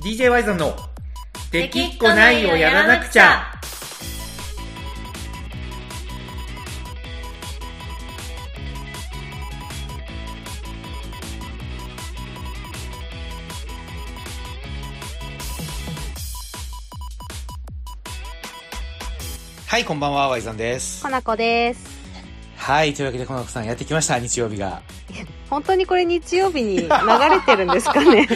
DJ ワイゾンの「できっこないをやらなくちゃ」はいこんばんはワイゾンですかなこです。はいというわけでこの子さんやってきました日曜日が本当にこれ日曜日に流れてるんです かね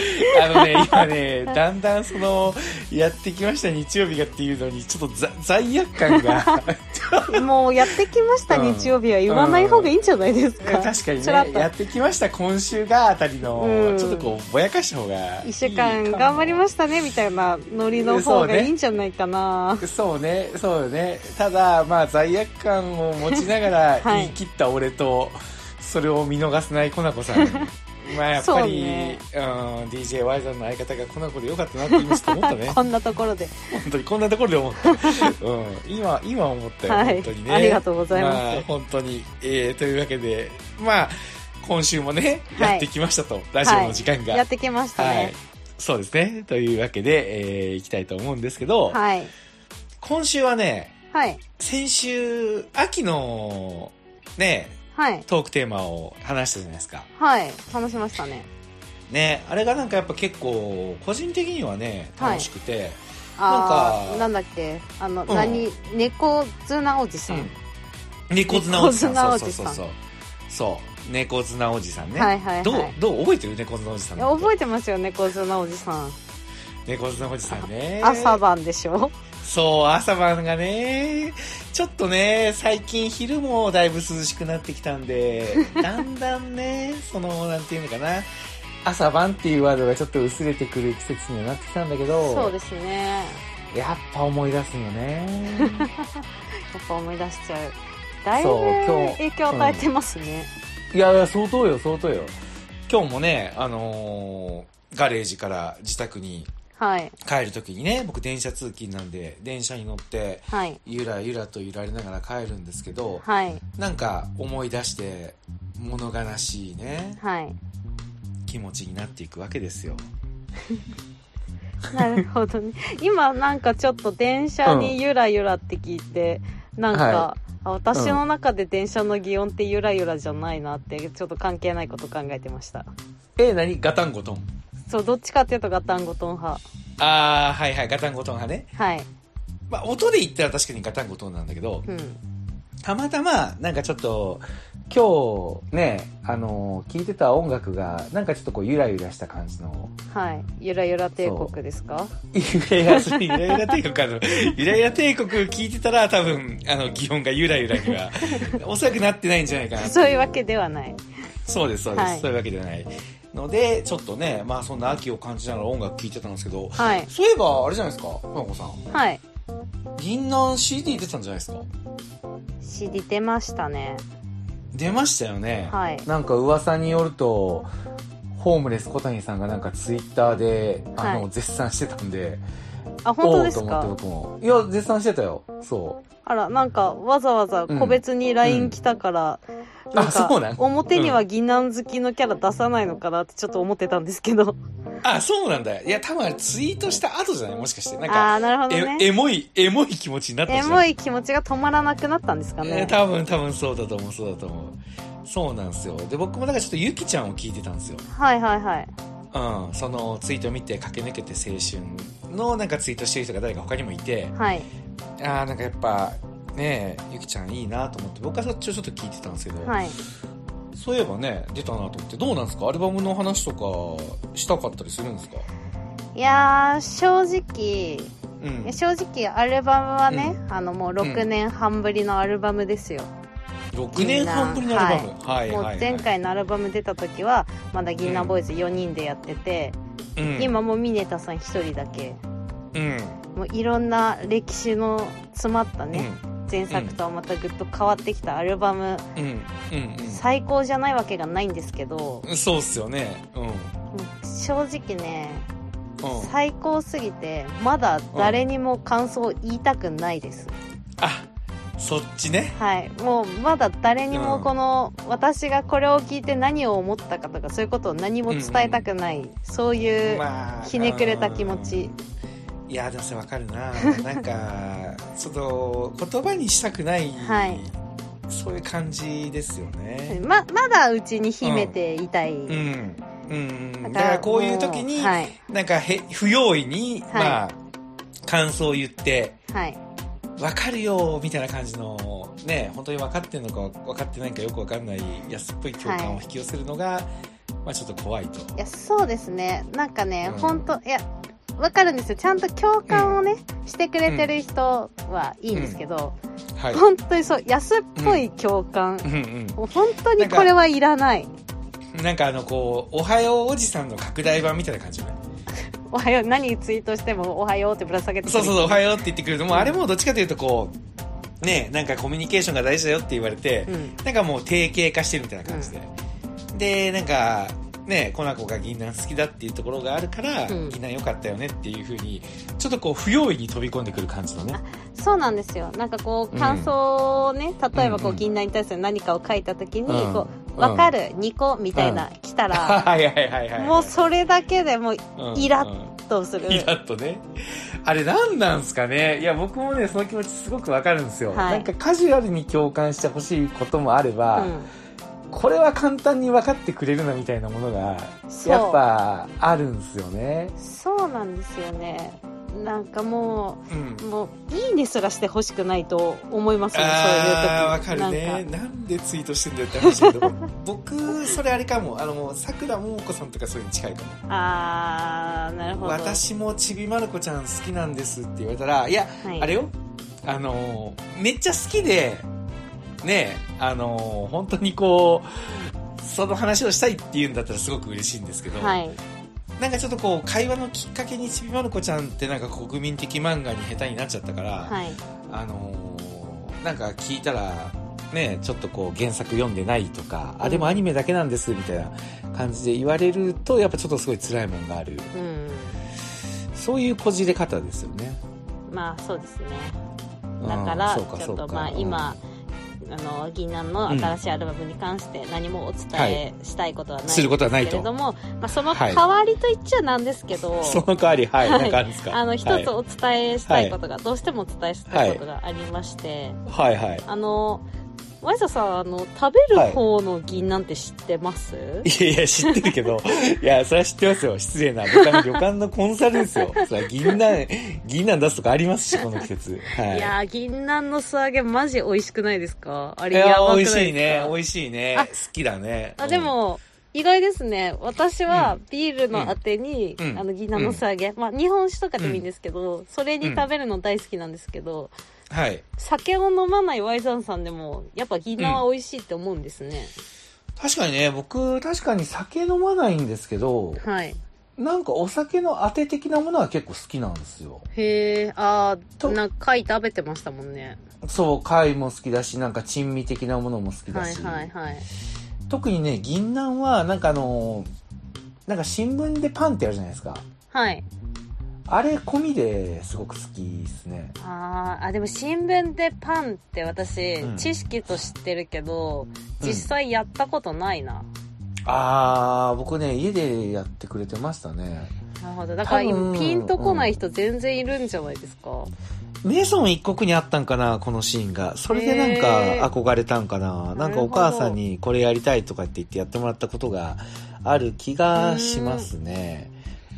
あのね、今 ね、だんだんその、やってきました日曜日がっていうのに、ちょっとざ罪悪感 が、もうやってきました、うん日曜日は言わない方がいいんじゃないですか。確かにちょらっね、とやってきました今週があたりのう、んちょっとこう、ぼやかした方がいいかも。一週間頑張りましたねみたいなノリのそ方うがねいいんじゃないかな。そうね、そうね。ただ、まあ、罪悪感を持ちながら はい言い切った俺と、それを見逃せないコナコさ ん。まあ、やっぱそうり、ねうん DJY さんの相方がコナコでよかったなって今ちょっと思ったね 。こんなところで。本当にこんなところで思った、うん、今今思ったよ、はい本当にねありがとうございますあ、本当に、えーというわけでまあ今週もね、はいやってきましたとラジオの時間が、やってきましたはいね。そうですねというわけで、えー、いきたいと思うんですけど、はい。今週はねはい。先週秋のねはい。トークテーマを話したじゃないですかはい。話しましたね。ねあれがなんかやっぱ結構個人的にはね楽しくて、なあんかー、なんだっけあの、うん何猫綱おじさん。うん、猫綱おじさん猫綱そおうじそさうそんうそうそう猫綱おじさんね、はいはいはいどうどう覚えてる猫綱おじさんいのやこと覚えてますよ、猫綱おじさん。猫綱おじさんね朝晩でしょそう朝晩がねちょっとね最近昼もだいぶ涼しくなってきたん でだんだんねそのなんていうのかな朝晩っていうワードがちょっと薄れてくる季節にはなってきたんだけどそうですね。やっぱ思い出すよねやっぱ思い出しちゃう。だいぶそう今日影響与えてますね。いやいや相当よ相当よ今日もねあのーガレージから自宅にはい。帰る時にね僕電車通勤なんで電車に乗ってはい。ゆらゆらと揺られながら帰るんですけどはい。なんか思い出して物悲しいね はい。気持ちになっていくわけですよなるほどね。今なんかちょっと電車にゆらゆらって聞いて、なんか、はあ私の中で電車の擬音ってゆらゆらじゃないなって、ちょっと関係ないこと考えてました。え何ガタンゴトンそう、どっちかっていうとガタンゴトン派。ああはいはいガタンゴトン派ね、はい。まあ、音で言ったら確かにガタンゴトンなんだけどうん。たまたまなんかちょっと今日ねあの聴いてた音楽がなんかちょっとこうゆらゆらした感じのはい。ゆらゆら帝国ですかゆらゆらそれゆらゆら帝国かのゆらゆら帝国聞いてたら多分あの基本がゆらゆらにはおそらくなってないんじゃないかなそういうわけではない。そうですそうです、はいそういうわけじゃないのでちょっとねまあそんな秋を感じながら音楽聴いてたんですけどはい。そういえばあれじゃないですか花子さんはい。銀杏 CD 出たんじゃないですか CD 出ましたね。出ましたよね、はいなんか噂によるとホームレス小谷さんがなんかツイッターであの、はい絶賛してたんであ、本当おでうとす思ってか僕もいや絶賛してたよそうあら、なんか、わざわざ個別にうん LINE 来たから、んなあんかそうなん表には疑難好きのキャラ出さないのかなってちょっと思ってたんですけど。あそうなんだいや多分あれツイートした後じゃないもしかしてなんかああー、なるほどえね。エモいエモい気持ちになったんじエゃモないい気持ちが止まらなくなったんですかえーね。多分多分そうだと思うそうだと思うそうなんですよで僕もなんかちょっとゆきちゃんを聞いてたんですよはいはいはい。うん、そのツイート見て駆け抜けて青春のなんかツイートしてる人が誰か他にもいてはい。ああなんかやっぱねえゆきちゃんいいなと思って僕はそっちをちょっと聞いてたんですけど、はい。そういえばね出たなと思ってどうなんですかアルバムの話とかしたかったりするんですかいやー、正直、うん正直アルバムはね、あのもう6年半ぶりのアルバムですよ。 6年半ぶりのアルバムはいもうはいはい前回のアルバム出た時は、まだギンナボーイズ4人でやってて、うん今もうミネタさん1人だけ。うんもういろんな歴史の詰まったうんね、前作とはまたぐっと変わってきたアルバム、うんうんうん最高じゃないわけがないんですけど、うんそうっすよねうんうんもう正直ね、最高すぎてまだ誰にも感想を言いたくないです、あそっちね。はい、もうまだ誰にもこの、私がこれを聞いて何を思ったかとかそういうことを何も伝えたくない、そういう、まあひねくれた気持ちうんいやでもそれわかるな なんかその言葉にしたくない、はいそういう感じですよねままだうちに秘めていたい、うんうん、だからこういう時に、もうはいなんかへ不用意に、はいまあ、感想を言って、はいわかるよみたいな感じの、ね、本当に分かってるのか分かってないのかよく分かんない安っぽい共感を引き寄せるのが、まあちょっと怖いと。いやそうですねなんかね、うんほんといやわかるんですよちゃんと共感をね、してくれてる人はいいんですけど、 はい。本当にそう安っぽい共う感、んうん。もう本当にこれはいらないなんかあの、こう、おはようおじさんの拡大版みたいな感じじゃないおはよう何ツイートしてもおはようってぶら下げてくれそうるそうそう、おはようって言ってくれると、もうあれもどっちかというとこう、ね、なんかコミュニケーションが大事だよって言われて、うんなんかもう定型化してるみたいな感じで。で、なんか、ね、コナコが銀杏好きだっていうところがあるから、うん銀杏良かったよねっていうふうに、ちょっとこう、不用意に飛び込んでくる感じのね。そうなんですよなんかこう感想をね、例えばこうんううん銀杏に対する何かを書いた時に、うんこうんう分かる、二個みたいな、来たら はいはいはいはい。もうそれだけでもううんイラうッんとす る、イラッとね。あれ何なんすかねいや、僕もね、その気持ちすごくわかるんですよ。はいなんかカジュアルに共感してほしいこともあれば、うんこれは簡単に分かってくれるなみたいなものがそうやっぱあるんですよね。そうなんですよねなんかもうんうもういいねすらしてほしくないと思いますねああわそかういう時るなねんなんでツイートしてんだよって話だけど 僕それあれかもあのもうさくらももこさんとかそういうの近いかもああーなるほど、私もちびまる子ちゃん好きなんですって言われたらいや、はいあれよあのめっちゃ好きでねあの本当にこうその話をしたいっていうんだったらすごく嬉しいんですけど、はいなんかちょっとこう会話のきっかけにちびまる子ちゃんってなんか国民的漫画に下手になっちゃったから、はいあのーなんか聞いたらねちょっとこう原作読んでないとか、うあんでもアニメだけなんですみたいな感じで言われるとやっぱちょっとすごい辛いもんがあるうんそういうこじれ方ですよねまあそうですねうんだからそうかちそょうっかとまあうん今あの銀杏の新しいアルバムに関して何もお伝えしたいことはないすることはないけれどとも、まあ、そのはい代わりと言っちゃなんですけど、その代わりはい、はいなんかあるんですかあの一はつお伝えしたいことが、どうしてもお伝えしたいことがありまして、はいはい あの、ワイザさん、あの、食べる方の銀なんて知ってます、いやいや、知ってるけど。いや、それは知ってますよ。失礼な。僕は旅館のコンサルです よ。それは銀杏、銀杏出すとかありますし、この季節。はいい、。やー、銀杏の素揚げマジ美味しくないですかあいれやばくない美で味すかしいね。美味しいねあ。好きだね。あ、でも、意外ですね。私はうビールのあてに、うんあの、銀杏の素揚げ、まあ、日本酒とかでもいいんですけど、それに食べるの大好きなんですけど、うん、はい。酒を飲まないワイザンさんでも、やっぱ銀杏は美味しいって思うんですね。確かにね、僕、確かに酒飲まないんですけど、はい。なんかお酒のあて的なものは結構好きなんですよ。へえ、ああ、となんか貝食べてましたもんね。そう、貝も好きだし、なんか珍味的なものも好きだはいし。はいはい。特にね、銀杏は、なんかあのーなんか新聞でパンってやるじゃないですか。はい。あれ込みですごく好きですね。あーあでも新聞でパンって私、うん知識と知ってるけどうん実際やったことないな、あー、僕ね、家でやってくれてましたね。なるほどだから多今分ピンとこない人全然いるんじゃないですか、メゾン一国にあったんかな、このシーンが。それでなんへーか憧れたんかな。なんかお母さんにこれやりたいとかって言ってやってもらったことがある気がしますね。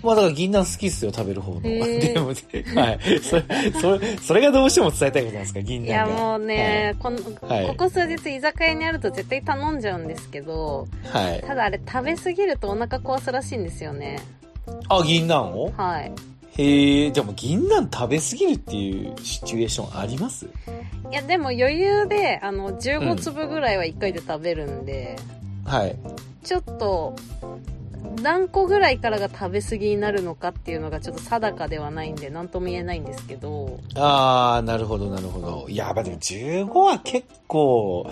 まあだから銀杏好きっすよ、食べる方の。へー でもね、はい。それ、それ、それがどうしても伝えたいことなんですか、銀い杏が。やもうね、このはいここ数日居酒屋にあると絶対頼んじゃうんですけどはい。はい。ただあれ食べ過ぎるとお腹壊すらしいんですよねあ、銀杏をはいへえ、でも銀杏食べ過ぎるっていうシチュエーションありますいやでも余裕であのう15ん粒ぐらいは1回で食べるんで、はい。ちょっと何個ぐらいからが食べ過ぎになるのかっていうのがちょっと定かではないんで何とも言えないんですけどああ、なるほど、なるほど。いや、まあでも15は結構、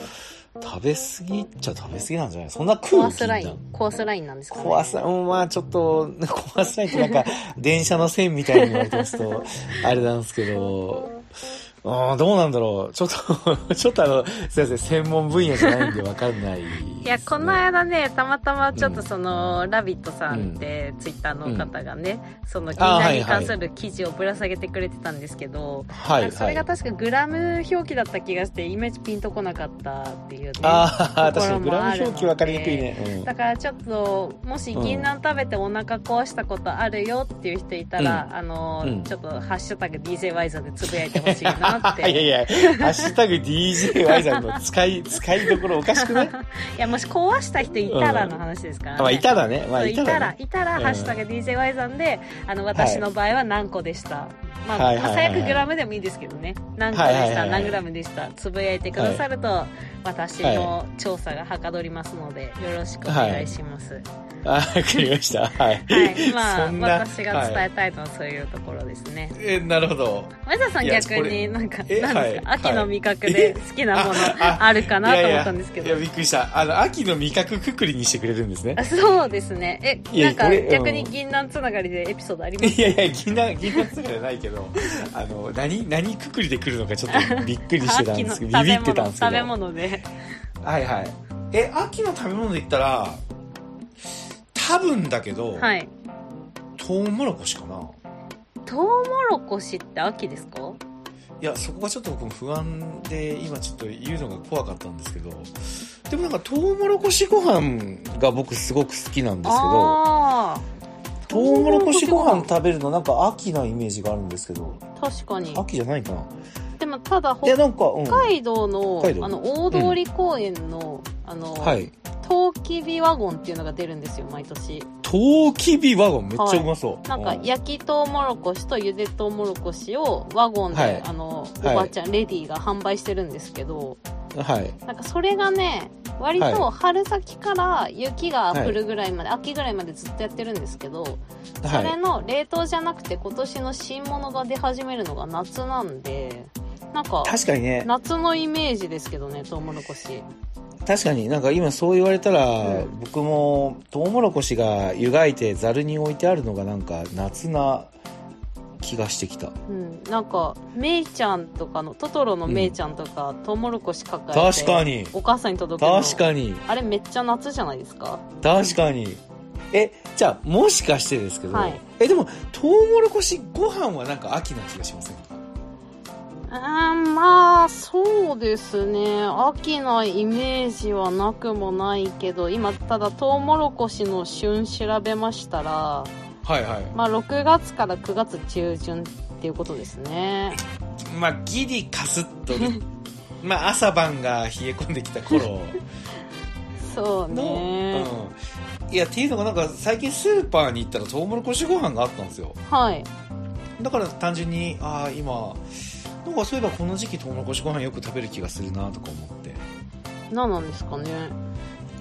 食べ過ぎっちゃ食べ過ぎなんじゃないそんな食うコアスライ銀ン杏コアスラインなんですかね怖さ、うん、まあちょっと、 怖 さいってなんか、電車の線みたいに言われてますと、あれなんですけど、あーどうなんだろう。ちょっと、 ちょっとあの、すいません、専門分野じゃないんでわかんない、いやこの間間ねたまたまちょっとその「ラビット!」さんって、ツイッターの方がね、その気にあーなはいりに関する記事をぶら下げてくれてたんですけど、はい、はなんい。かそれが確かグラム表記だった気がしてイメージピンとこなかったっていうねああ、と確こかろにもグラあるのでム表記わかりにくいね。だからちょっともしうん銀杏食べてお腹壊したことあるよっていう人いたら、あの、うんちょっと「ハッシュタグ #DJY 座」でつぶやいてほしいなっ うてん。いやいや、ハッシュタグ DJY さんの使い、 使いどころおかしくないいやもし壊した人いたらの話ですから、ねまあ、いただね。まそあ、ういいたただらね。いたら「うんハッシュタグ #DJY さんで」あの私の場合は何個でした、まはあいまあはいはいはい最悪グラムでもいいですけどね何個ではいしはいたはい何グラムでしたつぶやいてくださると、私の調査がはかどりますのでよろしくお願いします、はあ、わかりました。はい。いまあそんな私が伝はえいたいのはそういうところですねえ、なるほど。前田さんいや逆こにれなんかなんえですかはい秋の味覚で好きなものあるかなと思ったんですけいやいや、いどやびっくりした。あの、秋の味覚くくりにしてくれるんですねあ。そうですねいえやなんかこれうん逆に銀杏つながりでエピソードありまいすやいや、銀杏、銀杏つかじゃないけど、あの、何、何くくりで来るのかちょっとびっくりしてたんです けど、ビビってたんですけど。食べ物ではいはい。え、秋の食べ物で言ったら、多分だけど、はいトウモロコシかな。トウモロコシって秋ですかいや、そこがちょっと僕も不安で、今ちょっと言うのが怖かったんですけど、でもなんかトウモロコシご飯が僕すごく好きなんですけど、ああトウモロコシご飯食べるのなんか秋なイメージがあるんですけど、確かに秋じゃないかな。でもただいや、北なんか、うん。は海道の北海道あの大通公園の、あの、い。トウキビワゴンっていうのが出るんですよ毎年トウキビワゴンめっちゃうまそう。なんかう焼きトウモロコシとゆでトウモロコシをワゴンで、はいあのおはいばあちゃん、レディーが販売してるんですけどはい。なんかそれがね割はと春先から雪が降るぐらいまで、秋ぐらいまでずっとやってるんですけど、それはの冷凍じゃなくて今年の新物が出始めるのが夏なんでなんかい。確かにね。夏のイメージですけどねトウモロコシ確かになんか今そう言われたら、うん僕もトウモロコシが湯がいてざるに置いてあるのがなんか夏な気がしてきたうんなんかメイちゃんとかのトトロのメイちゃんとか、トウモロコシ抱えて確かにお母さんに届けるの確かにあれめっちゃ夏じゃないですか確かにえじゃあもしかしてですけど、はいえでもトウモロコシご飯はなんか秋な気がしませんかうーんまあそうですね秋のイメージはなくもないけど今ただトウモロコシの旬調べましたらはいはいまあ6月から9月中旬っていうことですねまあギリカスッと ねまあ朝晩が冷え込んできた頃そうね、の、うん、いやっていうのがなんか最近スーパーに行ったらトウモロコシご飯があったんですよはいだから単純にああ今なんかそういえばこの時期トウモロコシご飯よく食べる気がするなとか思って何なんですかね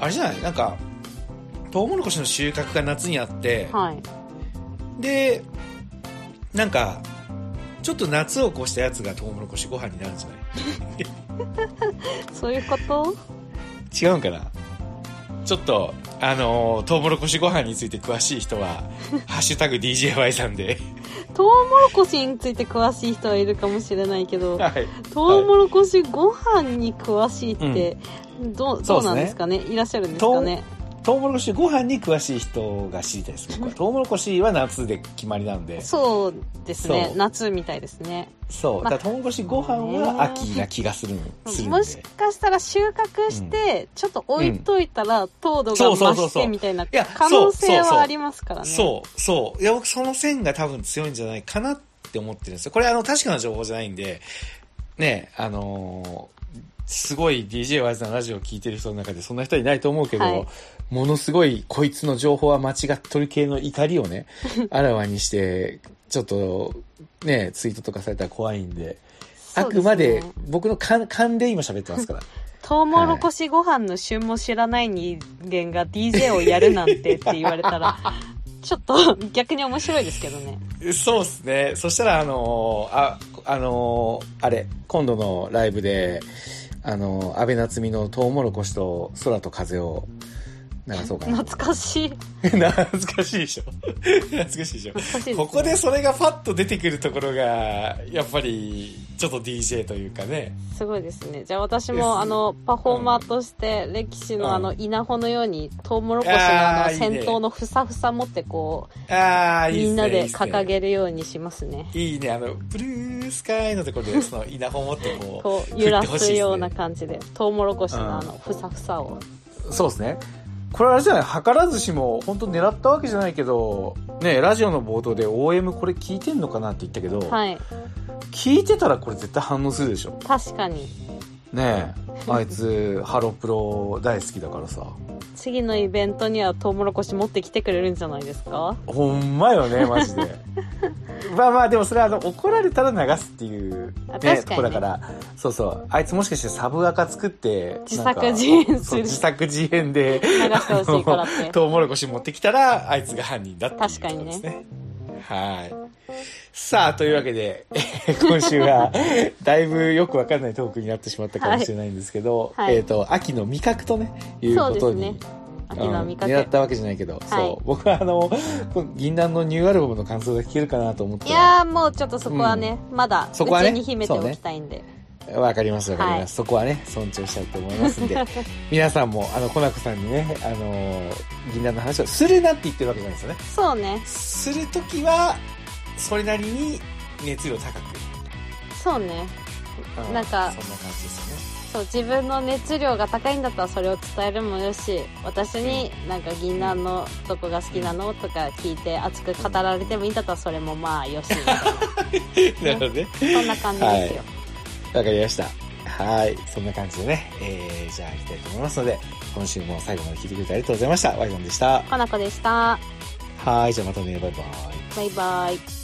あれじゃないなんかトウモロコシの収穫が夏にあって、はいでなんかちょっと夏を越したやつがトウモロコシご飯になるんじゃないそういうこと違うんかなちょっとあのートウモロコシご飯について詳しい人 は「ハッシュタグ #DJY さんで」トウモロコシについて詳しい人はいるかもしれないけどはいトウモロコシご飯に詳しいって、どうそうですねどうなんですかねいらっしゃるんですかねトウモロコシご飯に詳しい人が知りたいです僕はトウモロコシは夏で決まりなんでそうですねそう夏みたいですねそう、まあだからトウモロコシご飯は秋な気がするの、するんでもしかしたら収穫して、ちょっと置いといたら糖度がそうそうそ増うしそうてみたいないや可能性そうそうそうはありますからねそうそういや僕その線が多分強いんじゃないかなって思ってるんですよこれあの確かな情報じゃないんでねあのーすごい d j y ズのラジオを聞いてる人の中でそんな人はいないと思うけど、はいものすごいこいつの情報は間違っとる系の怒りを ねあらわにしてちょっとねツイートとかされたら怖いんであそうすねくまで僕の勘勘で今喋ってますからトウモロコシご飯の旬も知らない人間が DJ をやるなんてって言われ たらちょっと逆に面白いですけどねそうですね。そしたら、あのーあ、あのーあれ、今度のライブで、あのー安倍夏実のトウモロコシと空と風を、なんかそうかな。懐かしい。 懐かしいでしょ。懐かしいでしょ。懐かしいすねここでそれがパッと出てくるところが、やっぱり、ちょっと DJ というかね。すごいですね。じゃあ私ですねもあのパフォーマーとして歴史うんのあの稲穂のようにトウモロコシのああーいのいね先頭のふさふさ持ってこああ、ういいみすねんなでい掲いすねげるようにしますね。いいね、あの、ブルースカイのところで、その稲穂持ってこう。こう揺らすような感じでトウモロコシのあのふさふさを。そうですね。これあれじゃない、図らずしも、本当狙ったわけじゃないけど、ね、ラジオの冒頭で OM これ聞いてんのかなって言ったけど、はい。聞いてたらこれ絶対反応するでしょ。確かにねえ、あいつ、ハロプロ大好きだからさ。次のイベントにはトウモロコシ持ってきてくれるんじゃないですか。ほんまよね、マジ で。まあまあ、でもそれはあの怒られたら流すっていう、あ確かにね、ねとこだから、そうそう、あいつもしかしてサブアカ作って、自なんか作自演するそう自作自演で、流してほしいからっあのて。 トウモロコシ持ってきたら、あいつが犯人だっていう確かこにねとですね。はい。さあ、というわけで、 えー今週は、だいぶよくわかんないトークになってしまったかもしれないんですけど、はいはいえっ、と、秋の味覚とね、いうそこうでとすにね。秋のう味覚。ん狙ったわけじゃないけど、そう僕はあのこの銀杏のニューアルバムの感想が聞けるかなと思っていやーもうちょっとそこはね、まだそこはね内に秘めておきたいんで。わかりますわかります、はいそこはね尊重したいと思いますん で皆さんもあのコナコさんにねあの銀杏の話をするなって言ってるわけじゃないですよねそうね。するときはそれなりに熱量高く、そうね。うなそんなんか感じですよねそう自分の熱量が高いんだったらそれを伝えるもよし私になんか銀杏のどこが好きなのとか聞いて熱く語られてもいいんだったらそれもまあよしみた いなるほどねなそんな感じですよわかりました。はい。そんな感じでね、えー、じゃあ行きたいと思いますので、今週も最後まで聞いてくれてありがとうございました。ワイドンでした。かなこでしたはい。じゃあまたね。バイバイ。バイバイ